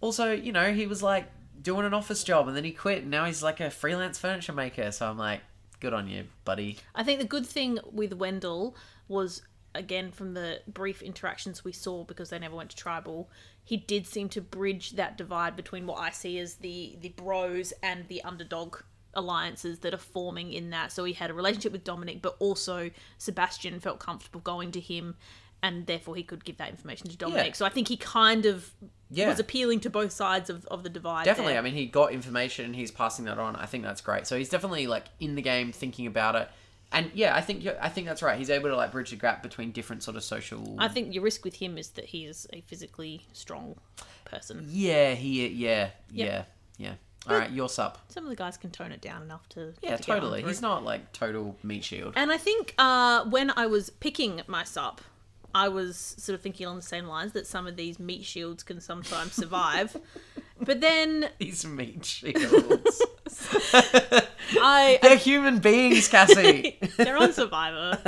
[SPEAKER 2] Also, you know, he was like doing an office job and then he quit and now he's like a freelance furniture maker. So I'm like, good on you, buddy.
[SPEAKER 3] I think the good thing with Wendell was again from the brief interactions we saw because they never went to tribal he did seem to bridge that divide between what i see as the the bros and the underdog alliances that are forming in that so he had a relationship with dominic but also sebastian felt comfortable going to him and therefore he could give that information to dominic
[SPEAKER 2] Yeah.
[SPEAKER 3] so i think he kind of
[SPEAKER 2] Yeah.
[SPEAKER 3] was appealing to both sides of, of the divide
[SPEAKER 2] Definitely.
[SPEAKER 3] there.
[SPEAKER 2] I mean, he got information. He's passing that on. I think that's great. So he's definitely like in the game, thinking about it. And yeah, I think you're, I think that's right. He's able to like bridge the gap between different sort of social.
[SPEAKER 3] I think your risk with him is that he is a physically strong person.
[SPEAKER 2] yeah, he. Yeah,
[SPEAKER 3] Yep.
[SPEAKER 2] yeah, yeah. All right, your sup.
[SPEAKER 3] Some of the guys can tone it down enough to
[SPEAKER 2] Yeah,
[SPEAKER 3] to get on
[SPEAKER 2] totally.
[SPEAKER 3] through.
[SPEAKER 2] He's not like total meat shield.
[SPEAKER 3] And I think uh, when I was picking my sup, I was sort of thinking along the same lines that some of these meat shields can sometimes survive. but then
[SPEAKER 2] These meat shields.
[SPEAKER 3] I,
[SPEAKER 2] They're human beings, Cassie.
[SPEAKER 3] they're on Survivor.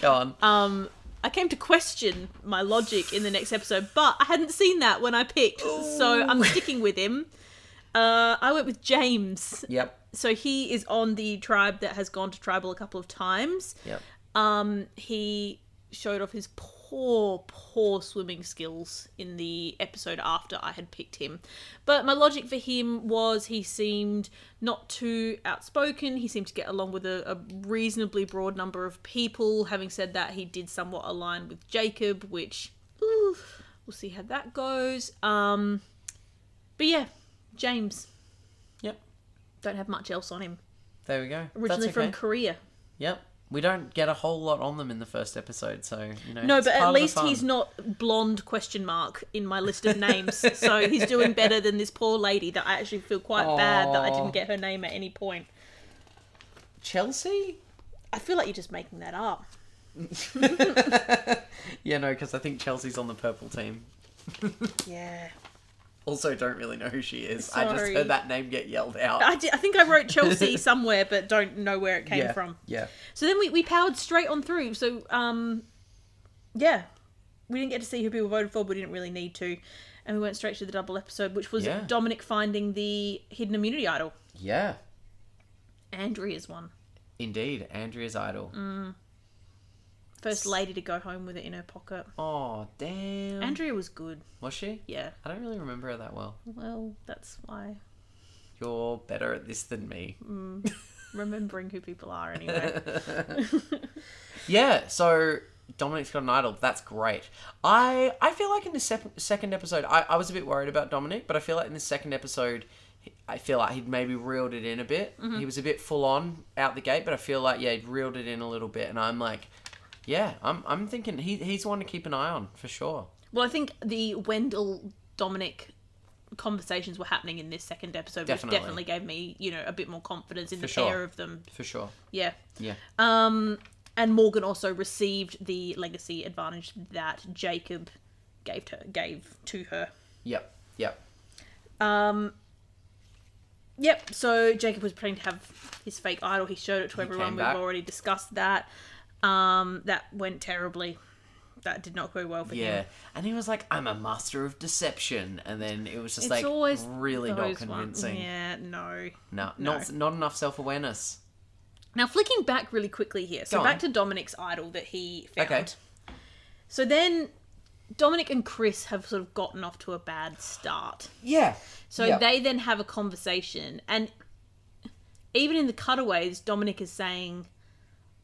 [SPEAKER 2] Go on.
[SPEAKER 3] Um, I came to question my logic in the next episode, but I hadn't seen that when I picked, so I'm sticking with him. Uh, I went with James
[SPEAKER 2] yep.
[SPEAKER 3] so he is on the tribe that has gone to tribal a couple of times.
[SPEAKER 2] Yep.
[SPEAKER 3] Um, he showed off his poor, poor swimming skills in the episode after I had picked him. But my logic for him was he seemed not too outspoken. He seemed to get along with a, a reasonably broad number of people. Having said that, he did somewhat align with Jacob, which ooh, we'll see how that goes. Um, but yeah, James.
[SPEAKER 2] Yep.
[SPEAKER 3] Don't have much else on him
[SPEAKER 2] There we go.
[SPEAKER 3] originally
[SPEAKER 2] That's
[SPEAKER 3] from
[SPEAKER 2] okay.
[SPEAKER 3] Korea.
[SPEAKER 2] Yep. We don't get a whole lot on them in the first episode, so you know.
[SPEAKER 3] No,
[SPEAKER 2] it's
[SPEAKER 3] but
[SPEAKER 2] part
[SPEAKER 3] at
[SPEAKER 2] of the
[SPEAKER 3] least
[SPEAKER 2] fun.
[SPEAKER 3] he's not blonde question mark in my list of names. so he's doing better than this poor lady that I actually feel quite bad that I
[SPEAKER 2] Aw.
[SPEAKER 3] didn't get her name at any point.
[SPEAKER 2] Chelsea.
[SPEAKER 3] I feel like you're just making that up.
[SPEAKER 2] Yeah, no, because I think Chelsea's on the purple team.
[SPEAKER 3] Yeah.
[SPEAKER 2] Also, don't really know who she is. I just
[SPEAKER 3] Sorry.
[SPEAKER 2] heard that name get yelled out.
[SPEAKER 3] I, di- I think I wrote Chelsea somewhere, but don't know where it came
[SPEAKER 2] yeah,
[SPEAKER 3] from.
[SPEAKER 2] Yeah.
[SPEAKER 3] So then we, we powered straight on through. So, um, yeah. We didn't get to see who people voted for, but we didn't really need to. And we went straight to the double episode, which was
[SPEAKER 2] Yeah.
[SPEAKER 3] Dominic finding the hidden immunity idol.
[SPEAKER 2] Yeah.
[SPEAKER 3] Andrea's one.
[SPEAKER 2] Indeed, Andrea's idol.
[SPEAKER 3] First lady to go home with it in her pocket.
[SPEAKER 2] Oh, damn.
[SPEAKER 3] Andrea was good.
[SPEAKER 2] Was she?
[SPEAKER 3] Yeah.
[SPEAKER 2] I don't really remember her that well.
[SPEAKER 3] Well, that's why
[SPEAKER 2] You're better at this than me.
[SPEAKER 3] remembering who people are anyway.
[SPEAKER 2] Yeah, so Dominic's got an idol. That's great. I I feel like in the sep- second episode, I, I was a bit worried about Dominic, but I feel like in the second episode, he- I feel like he'd maybe reeled it in a bit. He was a bit full on out the gate, but I feel like, yeah, he'd reeled it in a little bit. And I'm like, yeah, I'm, I'm thinking he, he's one to keep an eye on for sure.
[SPEAKER 3] well, I think the Wendell Dominic conversations were happening in this second episode,
[SPEAKER 2] Definitely.
[SPEAKER 3] which definitely gave me, you know, a bit more confidence in the
[SPEAKER 2] sure.
[SPEAKER 3] pair of them.
[SPEAKER 2] For sure.
[SPEAKER 3] Yeah.
[SPEAKER 2] Yeah.
[SPEAKER 3] And Morgan also received the legacy advantage that Jacob gave to gave to her.
[SPEAKER 2] Yep. Yep.
[SPEAKER 3] Yep. So Jacob was pretending to have his fake idol. He showed it to everyone.
[SPEAKER 2] came
[SPEAKER 3] We've
[SPEAKER 2] back.
[SPEAKER 3] already discussed that. Um, that went terribly. That did not go well for him.
[SPEAKER 2] Yeah. And he was like, I'm a master of deception. And then it was just
[SPEAKER 3] It's
[SPEAKER 2] like
[SPEAKER 3] always
[SPEAKER 2] really not
[SPEAKER 3] those ones.
[SPEAKER 2] convincing.
[SPEAKER 3] Yeah, no.
[SPEAKER 2] No,
[SPEAKER 3] No.
[SPEAKER 2] Not, not enough self awareness.
[SPEAKER 3] Now flicking back really quickly here. So
[SPEAKER 2] Go
[SPEAKER 3] back
[SPEAKER 2] on.
[SPEAKER 3] to Dominic's idol that he found.
[SPEAKER 2] Okay.
[SPEAKER 3] So then Dominic and Chris have sort of gotten off to a bad start.
[SPEAKER 2] Yeah.
[SPEAKER 3] So they then have a conversation, and even in the cutaways, Dominic is saying,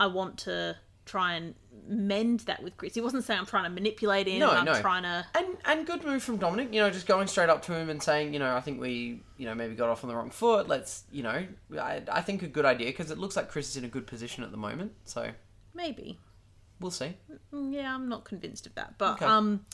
[SPEAKER 3] "I want to try and mend that with Chris." He wasn't saying, "I'm trying to manipulate him.
[SPEAKER 2] No,
[SPEAKER 3] I'm
[SPEAKER 2] no.
[SPEAKER 3] trying to."
[SPEAKER 2] And and good move from Dominic, you know, just going straight up to him and saying, you know, I think we, you know, maybe got off on the wrong foot. Let's, you know, I, I think a good idea because it looks like Chris is in a good position at the moment. So
[SPEAKER 3] Maybe.
[SPEAKER 2] we'll see.
[SPEAKER 3] Yeah, I'm not convinced of that. But
[SPEAKER 2] Okay.
[SPEAKER 3] um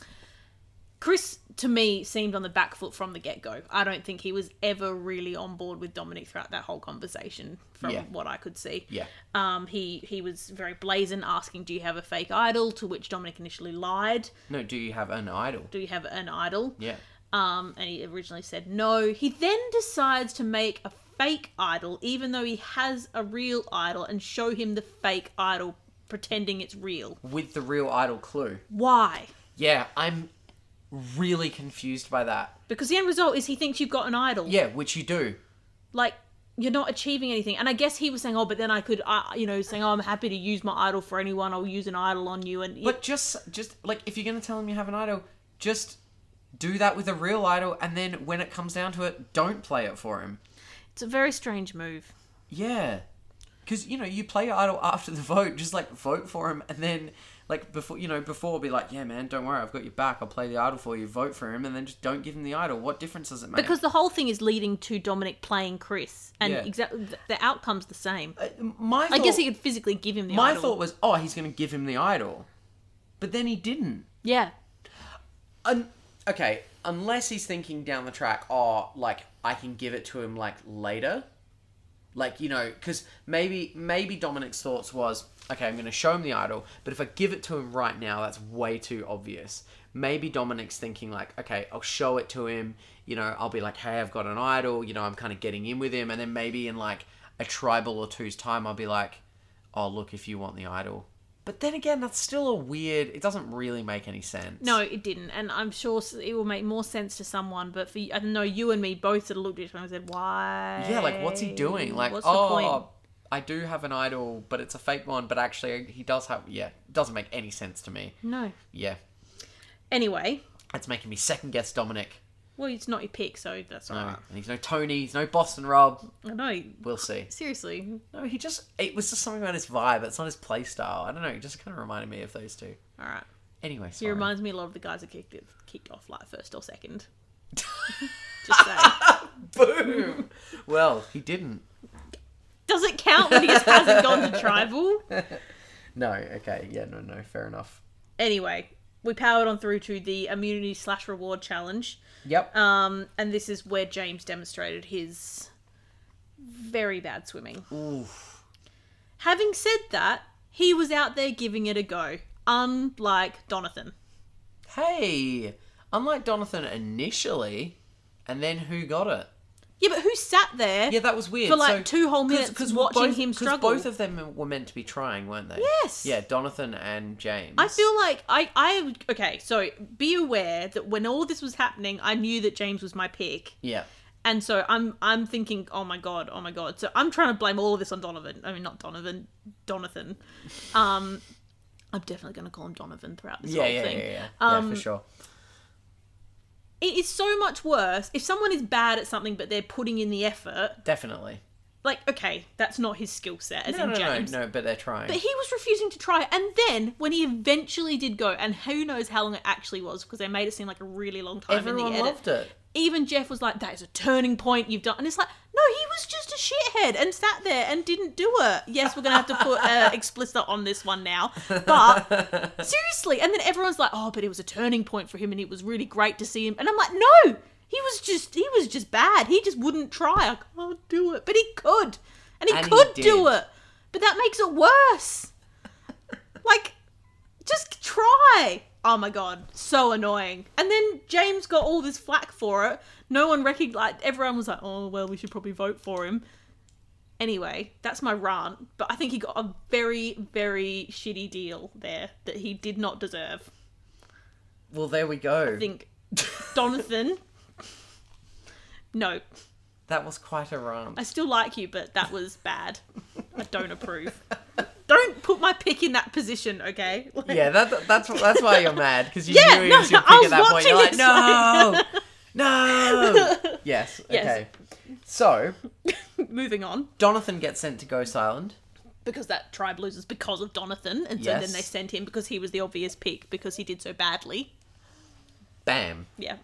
[SPEAKER 3] Chris to me seemed on the back foot from the get go. I don't think he was ever really on board with Dominic throughout that whole conversation from
[SPEAKER 2] Yeah.
[SPEAKER 3] what I could see.
[SPEAKER 2] Yeah.
[SPEAKER 3] Um he he was very blazing asking, Do you have a fake idol? To which Dominic initially lied.
[SPEAKER 2] No, do you have an idol?
[SPEAKER 3] Do you have an idol?
[SPEAKER 2] Yeah.
[SPEAKER 3] Um and he originally said no. He then decides to make a fake idol, even though he has a real idol, and show him the fake idol pretending it's real.
[SPEAKER 2] With the real idol clue.
[SPEAKER 3] Why?
[SPEAKER 2] Yeah, I'm really confused by that.
[SPEAKER 3] Because the end result is he thinks you've got an idol.
[SPEAKER 2] Yeah, which you do.
[SPEAKER 3] Like, you're not achieving anything. And I guess he was saying, oh, but then I could, uh, you know, saying, oh, I'm happy to use my idol for anyone. I'll use an idol on you. And
[SPEAKER 2] But just, just like if you're gonna tell him you have an idol, just do that with a real idol, and then when it comes down to it, don't play it for him.
[SPEAKER 3] it's a very strange move.
[SPEAKER 2] Yeah, because you know you play your idol after the vote, just like vote for him, and then like before you know before be like, yeah, man, don't worry, I've got your back. I'll play the idol for you. Vote for him, and then just don't give him the idol. What difference does it make?
[SPEAKER 3] Because the whole thing is leading to Dominic playing Chris, and
[SPEAKER 2] Yeah.
[SPEAKER 3] exactly the outcome's the same.
[SPEAKER 2] Uh, my
[SPEAKER 3] I guess
[SPEAKER 2] thought-
[SPEAKER 3] he could physically give him the
[SPEAKER 2] My
[SPEAKER 3] idol.
[SPEAKER 2] thought was, oh, he's going to give him the idol, but then he didn't.
[SPEAKER 3] yeah,
[SPEAKER 2] Un- okay, unless he's thinking down the track, oh, like I can give it to him like later, like you know, because maybe maybe Dominic's thoughts was, okay, I'm going to show him the idol, but if I give it to him right now, that's way too obvious. Maybe Dominic's thinking like, okay, I'll show it to him. You know, I'll be like, hey, I've got an idol. You know, I'm kind of getting in with him, and then maybe in like a tribal or two's time, I'll be like, oh, look, if you want the idol. But then again, that's still a weird. It doesn't really make any sense.
[SPEAKER 3] no, it didn't, and I'm sure s- it will make more sense to someone. But for I know you and me both sort of looked at each other and said, "Why?"
[SPEAKER 2] Yeah, like what's he doing? Like,
[SPEAKER 3] what's
[SPEAKER 2] oh,
[SPEAKER 3] the point?
[SPEAKER 2] I do have an idol, but it's a fake one. But actually, he does have. Yeah, it doesn't make any sense to me.
[SPEAKER 3] No.
[SPEAKER 2] Yeah,
[SPEAKER 3] Anyway,
[SPEAKER 2] that's making me second guess Dominic.
[SPEAKER 3] well, it's not your pick, so that's
[SPEAKER 2] No,
[SPEAKER 3] alright.
[SPEAKER 2] and he's no Tony. He's no Boston Rob.
[SPEAKER 3] I know.
[SPEAKER 2] We'll see.
[SPEAKER 3] Seriously,
[SPEAKER 2] No, he just. It was just something about his vibe. It's not his play style. I don't know. It just kind of reminded me of those two.
[SPEAKER 3] all right.
[SPEAKER 2] Anyway,
[SPEAKER 3] He
[SPEAKER 2] sorry.
[SPEAKER 3] reminds me a lot of the guys that kicked it, kicked off like first or second. Just saying.
[SPEAKER 2] Boom. well, he didn't.
[SPEAKER 3] Does it count when he just hasn't gone to tribal?
[SPEAKER 2] No. Okay. Yeah. No. No. Fair enough.
[SPEAKER 3] Anyway, we powered on through to the immunity slash reward challenge.
[SPEAKER 2] Yep.
[SPEAKER 3] Um, and this is where James demonstrated his very bad swimming.
[SPEAKER 2] Oof.
[SPEAKER 3] Having said that, he was out there giving it a go, unlike Donathan.
[SPEAKER 2] Hey. Unlike Donathan initially, and then who got it?
[SPEAKER 3] Yeah, but who sat there?
[SPEAKER 2] Yeah, that was weird.
[SPEAKER 3] For, like,
[SPEAKER 2] So-
[SPEAKER 3] two whole minutes watching
[SPEAKER 2] both,
[SPEAKER 3] him
[SPEAKER 2] 'cause
[SPEAKER 3] struggle.
[SPEAKER 2] Both of them were meant to be trying, weren't they?
[SPEAKER 3] Yes.
[SPEAKER 2] Yeah, Donathan and James.
[SPEAKER 3] I feel like I, I okay. So be aware that when all this was happening, I knew that James was my pick,
[SPEAKER 2] Yeah.
[SPEAKER 3] and so I'm I'm thinking, oh my god, oh my god. So I'm trying to blame all of this on Donovan. I mean, not Donovan, Donathan. Um, I'm definitely going to call him Donovan throughout this
[SPEAKER 2] Yeah,
[SPEAKER 3] whole
[SPEAKER 2] yeah, yeah,
[SPEAKER 3] thing.
[SPEAKER 2] yeah, yeah.
[SPEAKER 3] Um,
[SPEAKER 2] yeah, for sure.
[SPEAKER 3] It is so much worse if someone is bad at something, but they're putting in the effort.
[SPEAKER 2] Definitely.
[SPEAKER 3] Like, okay, that's not his skill set, as
[SPEAKER 2] No,
[SPEAKER 3] in
[SPEAKER 2] no, no,
[SPEAKER 3] James.
[SPEAKER 2] no, but they're trying.
[SPEAKER 3] But he was refusing to try, and then when he eventually did go, and who knows how long it actually was, because they made it seem like a really long time in
[SPEAKER 2] Everyone
[SPEAKER 3] the edit.
[SPEAKER 2] loved it.
[SPEAKER 3] even Jeff was like, "That is a turning point you've done," and it's like, no, he was just a shithead and sat there and didn't do it. Yes, we're gonna have to put uh, explicit on this one now, but seriously, and then everyone's like, "Oh, but it was a turning point for him, and it was really great to see him," and I'm like, no, he was just he was just bad. He just wouldn't try. I can't do it, but he could, and he
[SPEAKER 2] And he
[SPEAKER 3] could do
[SPEAKER 2] did.
[SPEAKER 3] it, but that makes it worse. like just try. Oh my god, so annoying. And then James got all this flack for it. No one recognized. Everyone was like, "Oh well, we should probably vote for him." Anyway, that's my rant. But I think he got a very, very shitty deal there that he did not deserve.
[SPEAKER 2] Well, there we go.
[SPEAKER 3] I think Donathan. No,
[SPEAKER 2] that was quite a rant.
[SPEAKER 3] I still like you, but that was bad. I don't approve. Don't put my pick in that position, okay? Like-
[SPEAKER 2] Yeah, that, that's that's why you're mad because you
[SPEAKER 3] Yeah,
[SPEAKER 2] knew he
[SPEAKER 3] no,
[SPEAKER 2] was your
[SPEAKER 3] I
[SPEAKER 2] pick
[SPEAKER 3] was
[SPEAKER 2] at that point. You're like,
[SPEAKER 3] watching
[SPEAKER 2] no, no. yes.
[SPEAKER 3] Yes.
[SPEAKER 2] Okay. So
[SPEAKER 3] Moving on.
[SPEAKER 2] Donathan gets sent to Ghost Island.
[SPEAKER 3] because that tribe loses because of Donathan, and so then
[SPEAKER 2] Yes.
[SPEAKER 3] they sent him because he was the obvious pick because he did so badly.
[SPEAKER 2] Bam.
[SPEAKER 3] Yeah,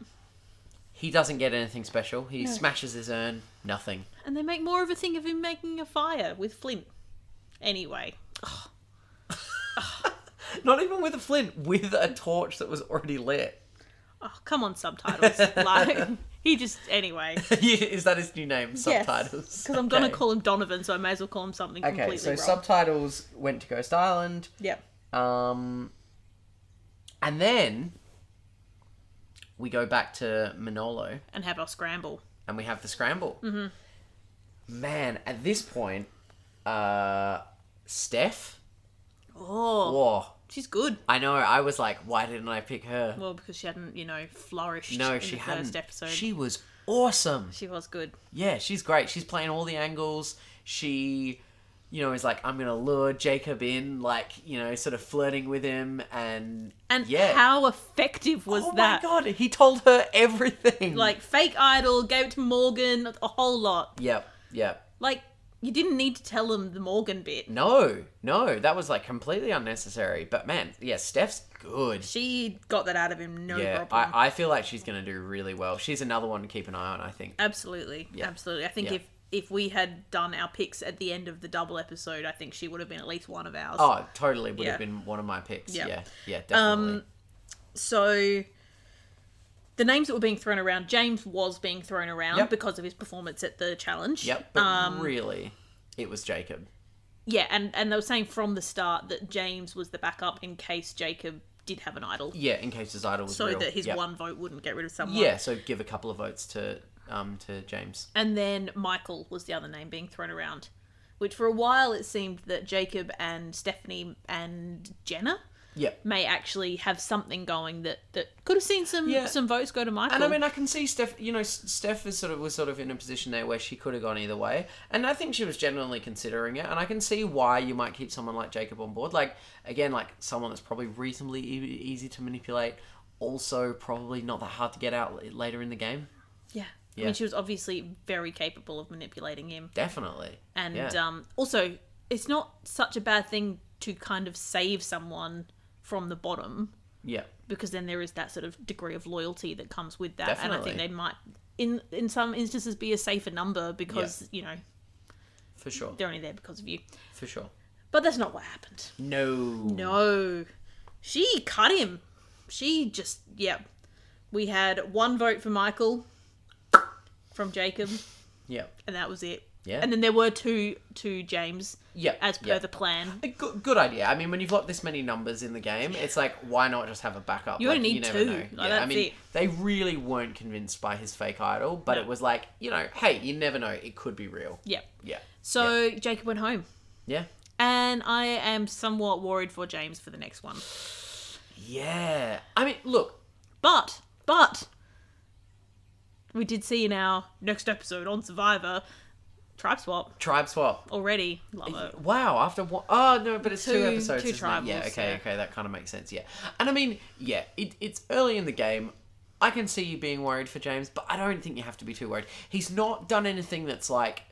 [SPEAKER 2] He doesn't get anything special. He smashes his urn. Nothing.
[SPEAKER 3] and they make more of a thing of him making a fire with Flint. Anyway,
[SPEAKER 2] Not even with a flint, with a torch that was already lit.
[SPEAKER 3] oh come on, subtitles. like he just anyway.
[SPEAKER 2] Is that his new name? Subtitles.
[SPEAKER 3] because I'm gonna
[SPEAKER 2] Okay.
[SPEAKER 3] call him Donovan, so I may as well call him something
[SPEAKER 2] Okay,
[SPEAKER 3] completely
[SPEAKER 2] so
[SPEAKER 3] wrong.
[SPEAKER 2] subtitles went to Ghost Island.
[SPEAKER 3] yeah,
[SPEAKER 2] Um, and then we go back to Manolo
[SPEAKER 3] and have our scramble.
[SPEAKER 2] and we have the scramble. Mm-hmm.
[SPEAKER 3] Mm-hmm.
[SPEAKER 2] Man, at this point, uh, Steph.
[SPEAKER 3] Oh,
[SPEAKER 2] Whoa.
[SPEAKER 3] she's good.
[SPEAKER 2] I know. I was like, why didn't I pick her?
[SPEAKER 3] Well, because she hadn't, you know, flourished.
[SPEAKER 2] No,
[SPEAKER 3] in
[SPEAKER 2] she
[SPEAKER 3] the
[SPEAKER 2] hadn't.
[SPEAKER 3] First episode.
[SPEAKER 2] She was awesome.
[SPEAKER 3] She was good.
[SPEAKER 2] Yeah, she's great. She's playing all the angles. She, you know, is like, I'm gonna lure Jacob in, like, you know, sort of flirting with him, and
[SPEAKER 3] And
[SPEAKER 2] yeah.
[SPEAKER 3] how effective was
[SPEAKER 2] oh
[SPEAKER 3] that?
[SPEAKER 2] my god, he told her everything.
[SPEAKER 3] Like fake idol, gave it to Morgan, a whole lot.
[SPEAKER 2] yep, yep.
[SPEAKER 3] Like you didn't need to tell them the Morgan bit.
[SPEAKER 2] No, no, that was like completely unnecessary. But man, yeah, Steph's good.
[SPEAKER 3] She got that out of him, no
[SPEAKER 2] yeah,
[SPEAKER 3] problem.
[SPEAKER 2] I, I feel like she's gonna do really well. She's another one to keep an eye on. I think.
[SPEAKER 3] absolutely, absolutely. I think
[SPEAKER 2] Yeah.
[SPEAKER 3] if if we had done our picks at the end of the double episode, I think she would have been at least one of ours.
[SPEAKER 2] Oh, totally would
[SPEAKER 3] Yeah.
[SPEAKER 2] have
[SPEAKER 3] Um,
[SPEAKER 2] been one of my picks.
[SPEAKER 3] Yeah.
[SPEAKER 2] Yeah, yeah, definitely.
[SPEAKER 3] So the names that were being thrown around, James was being thrown around
[SPEAKER 2] Yep.
[SPEAKER 3] because of his performance at the challenge. Uh,
[SPEAKER 2] yep, but
[SPEAKER 3] Um,
[SPEAKER 2] really, it was Jacob.
[SPEAKER 3] Yeah, and and they were saying from the start that James was the backup in case Jacob did have an idol,
[SPEAKER 2] Yeah, in case his idol was
[SPEAKER 3] so
[SPEAKER 2] real.
[SPEAKER 3] that his
[SPEAKER 2] Yep.
[SPEAKER 3] one vote wouldn't get rid of someone.
[SPEAKER 2] Yeah, so give a couple of votes to um to James.
[SPEAKER 3] And then Michael was the other name being thrown around, which for a while it seemed that Jacob and Stephanie and Jenna
[SPEAKER 2] Yep.
[SPEAKER 3] may actually have something going that that could have seen some
[SPEAKER 2] Yeah.
[SPEAKER 3] some votes go to Michael.
[SPEAKER 2] And I mean, I can see Steph. You know, S- Steph is sort of was sort of in a position there where she could have gone either way, and I think she was genuinely considering it. And I can see why you might keep someone like Jacob on board. Like again, like someone that's probably reasonably e- easy to manipulate, also probably not that hard to get out l- later in the game.
[SPEAKER 3] yeah. I
[SPEAKER 2] Yeah.
[SPEAKER 3] mean, she was obviously very capable of manipulating him.
[SPEAKER 2] Definitely.
[SPEAKER 3] And
[SPEAKER 2] yeah.
[SPEAKER 3] um, also, it's not such a bad thing to kind of save someone from the bottom
[SPEAKER 2] yeah,
[SPEAKER 3] because then there is that sort of degree of loyalty that comes with that. And I think
[SPEAKER 2] Definitely.
[SPEAKER 3] they might, in in some instances, be a safer number because you know
[SPEAKER 2] for sure,
[SPEAKER 3] they're only there because of you.
[SPEAKER 2] for sure.
[SPEAKER 3] But that's not what happened.
[SPEAKER 2] No.
[SPEAKER 3] No, she cut him. She just yeah. We had one vote for Michael from Jacob,
[SPEAKER 2] Yeah.
[SPEAKER 3] and that was it.
[SPEAKER 2] Yeah.
[SPEAKER 3] And then there were two to James
[SPEAKER 2] Yeah.
[SPEAKER 3] as per
[SPEAKER 2] yeah.
[SPEAKER 3] the plan.
[SPEAKER 2] A good, good idea. I mean, when you've got this many numbers in the game, it's like, why not just have a backup?
[SPEAKER 3] You
[SPEAKER 2] like,
[SPEAKER 3] only
[SPEAKER 2] you
[SPEAKER 3] need
[SPEAKER 2] never
[SPEAKER 3] two.
[SPEAKER 2] Know.
[SPEAKER 3] Like,
[SPEAKER 2] yeah, I
[SPEAKER 3] that's
[SPEAKER 2] mean,
[SPEAKER 3] it.
[SPEAKER 2] they really weren't convinced by his fake idol, but
[SPEAKER 3] No.
[SPEAKER 2] it was like, you know, hey, you never know. It could be real.
[SPEAKER 3] Yep.
[SPEAKER 2] Yeah.
[SPEAKER 3] So Jacob went home.
[SPEAKER 2] Yeah.
[SPEAKER 3] And I am somewhat worried for James for the next one.
[SPEAKER 2] Yeah. I mean, look,
[SPEAKER 3] But, but, we did see in our next episode on Survivor, Tribe Swap
[SPEAKER 2] tribe swap.
[SPEAKER 3] already. Love it.
[SPEAKER 2] Wow, after one oh no, but it's two,
[SPEAKER 3] Two-
[SPEAKER 2] episodes.
[SPEAKER 3] two
[SPEAKER 2] isn't it? Yeah,
[SPEAKER 3] tribals,
[SPEAKER 2] okay,
[SPEAKER 3] yeah.
[SPEAKER 2] okay, that kind of makes sense. Yeah, and I mean, yeah, it, it's early in the game. I can see you being worried for James, but I don't think you have to be too worried. He's not done anything that's like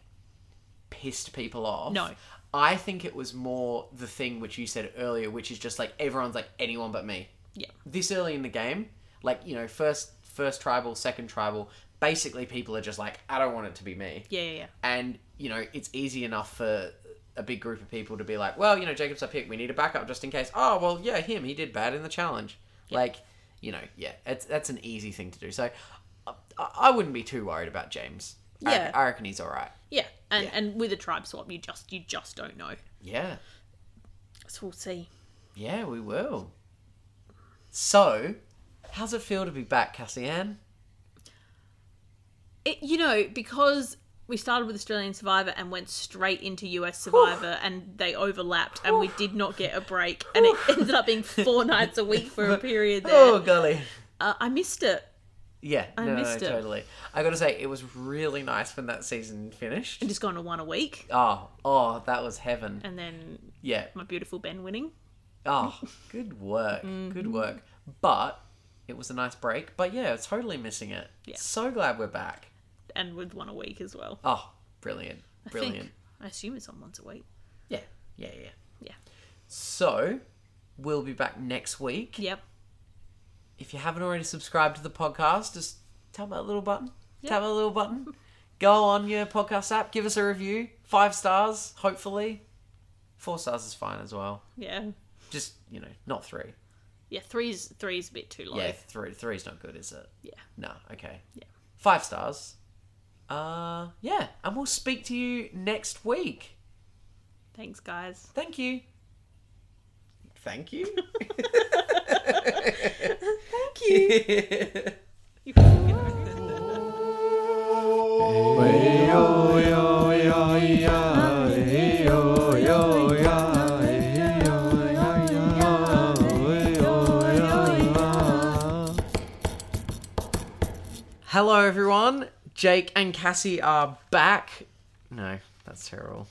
[SPEAKER 2] pissed people off.
[SPEAKER 3] No.
[SPEAKER 2] I think it was more the thing which you said earlier, which is just like everyone's like anyone but me.
[SPEAKER 3] Yeah.
[SPEAKER 2] This early in the game, like you know, first first tribal, second tribal, basically people are just like, I don't want it to be me
[SPEAKER 3] Yeah, yeah, yeah.
[SPEAKER 2] and you know it's easy enough for a big group of people to be like well you know jacob's our pick we need a backup just in case oh well yeah him he did bad in the challenge like you know yeah it's, that's an easy thing to do so I, I wouldn't be too worried about james I reckon-
[SPEAKER 3] Yeah.
[SPEAKER 2] I, reckon he's all right
[SPEAKER 3] Yeah. And,
[SPEAKER 2] Yeah.
[SPEAKER 3] and with a Tribe Swap, you just, you just don't know.
[SPEAKER 2] yeah
[SPEAKER 3] So we'll see.
[SPEAKER 2] yeah we will so how's it feel to be back cassian
[SPEAKER 3] It, you know, because we started with Australian Survivor and went straight into US Survivor and they overlapped and we did not get a break and it ended up being four nights a week for a period there.
[SPEAKER 2] oh golly
[SPEAKER 3] Uh, I missed it.
[SPEAKER 2] yeah no, no,
[SPEAKER 3] missed
[SPEAKER 2] no
[SPEAKER 3] it.
[SPEAKER 2] totally i gotta say it was really nice when that season finished
[SPEAKER 3] And just gone to one a week.
[SPEAKER 2] oh oh that was heaven
[SPEAKER 3] And then
[SPEAKER 2] yeah
[SPEAKER 3] my beautiful Ben winning.
[SPEAKER 2] Oh, good work.
[SPEAKER 3] Mm-hmm.
[SPEAKER 2] Good work. But it was a nice break. But yeah, totally missing it.
[SPEAKER 3] Yeah.
[SPEAKER 2] So glad we're back.
[SPEAKER 3] And with one a week as well.
[SPEAKER 2] Oh, brilliant.
[SPEAKER 3] I,
[SPEAKER 2] Brilliant.
[SPEAKER 3] think, I assume it's on once a week.
[SPEAKER 2] Yeah. Yeah, yeah.
[SPEAKER 3] Yeah.
[SPEAKER 2] So, we'll be back next week.
[SPEAKER 3] Yep.
[SPEAKER 2] If you haven't already subscribed to the podcast, just tap that little button.
[SPEAKER 3] Yeah.
[SPEAKER 2] Tap that little button. Go on your podcast app, give us a review. Five stars, hopefully. Four stars is fine as well.
[SPEAKER 3] Yeah.
[SPEAKER 2] Just, you know, not three.
[SPEAKER 3] Yeah, three's three's a bit too low.
[SPEAKER 2] Yeah, three three's not good, is it?
[SPEAKER 3] Yeah.
[SPEAKER 2] No, okay.
[SPEAKER 3] Yeah.
[SPEAKER 2] Five stars. Uh yeah, and we'll speak to you next week.
[SPEAKER 3] Thanks guys.
[SPEAKER 2] Thank you. Thank you.
[SPEAKER 3] Thank
[SPEAKER 2] Thank you.
[SPEAKER 3] you. fucking-
[SPEAKER 2] Hello, everyone. Jake and Cassie are back. No, that's terrible.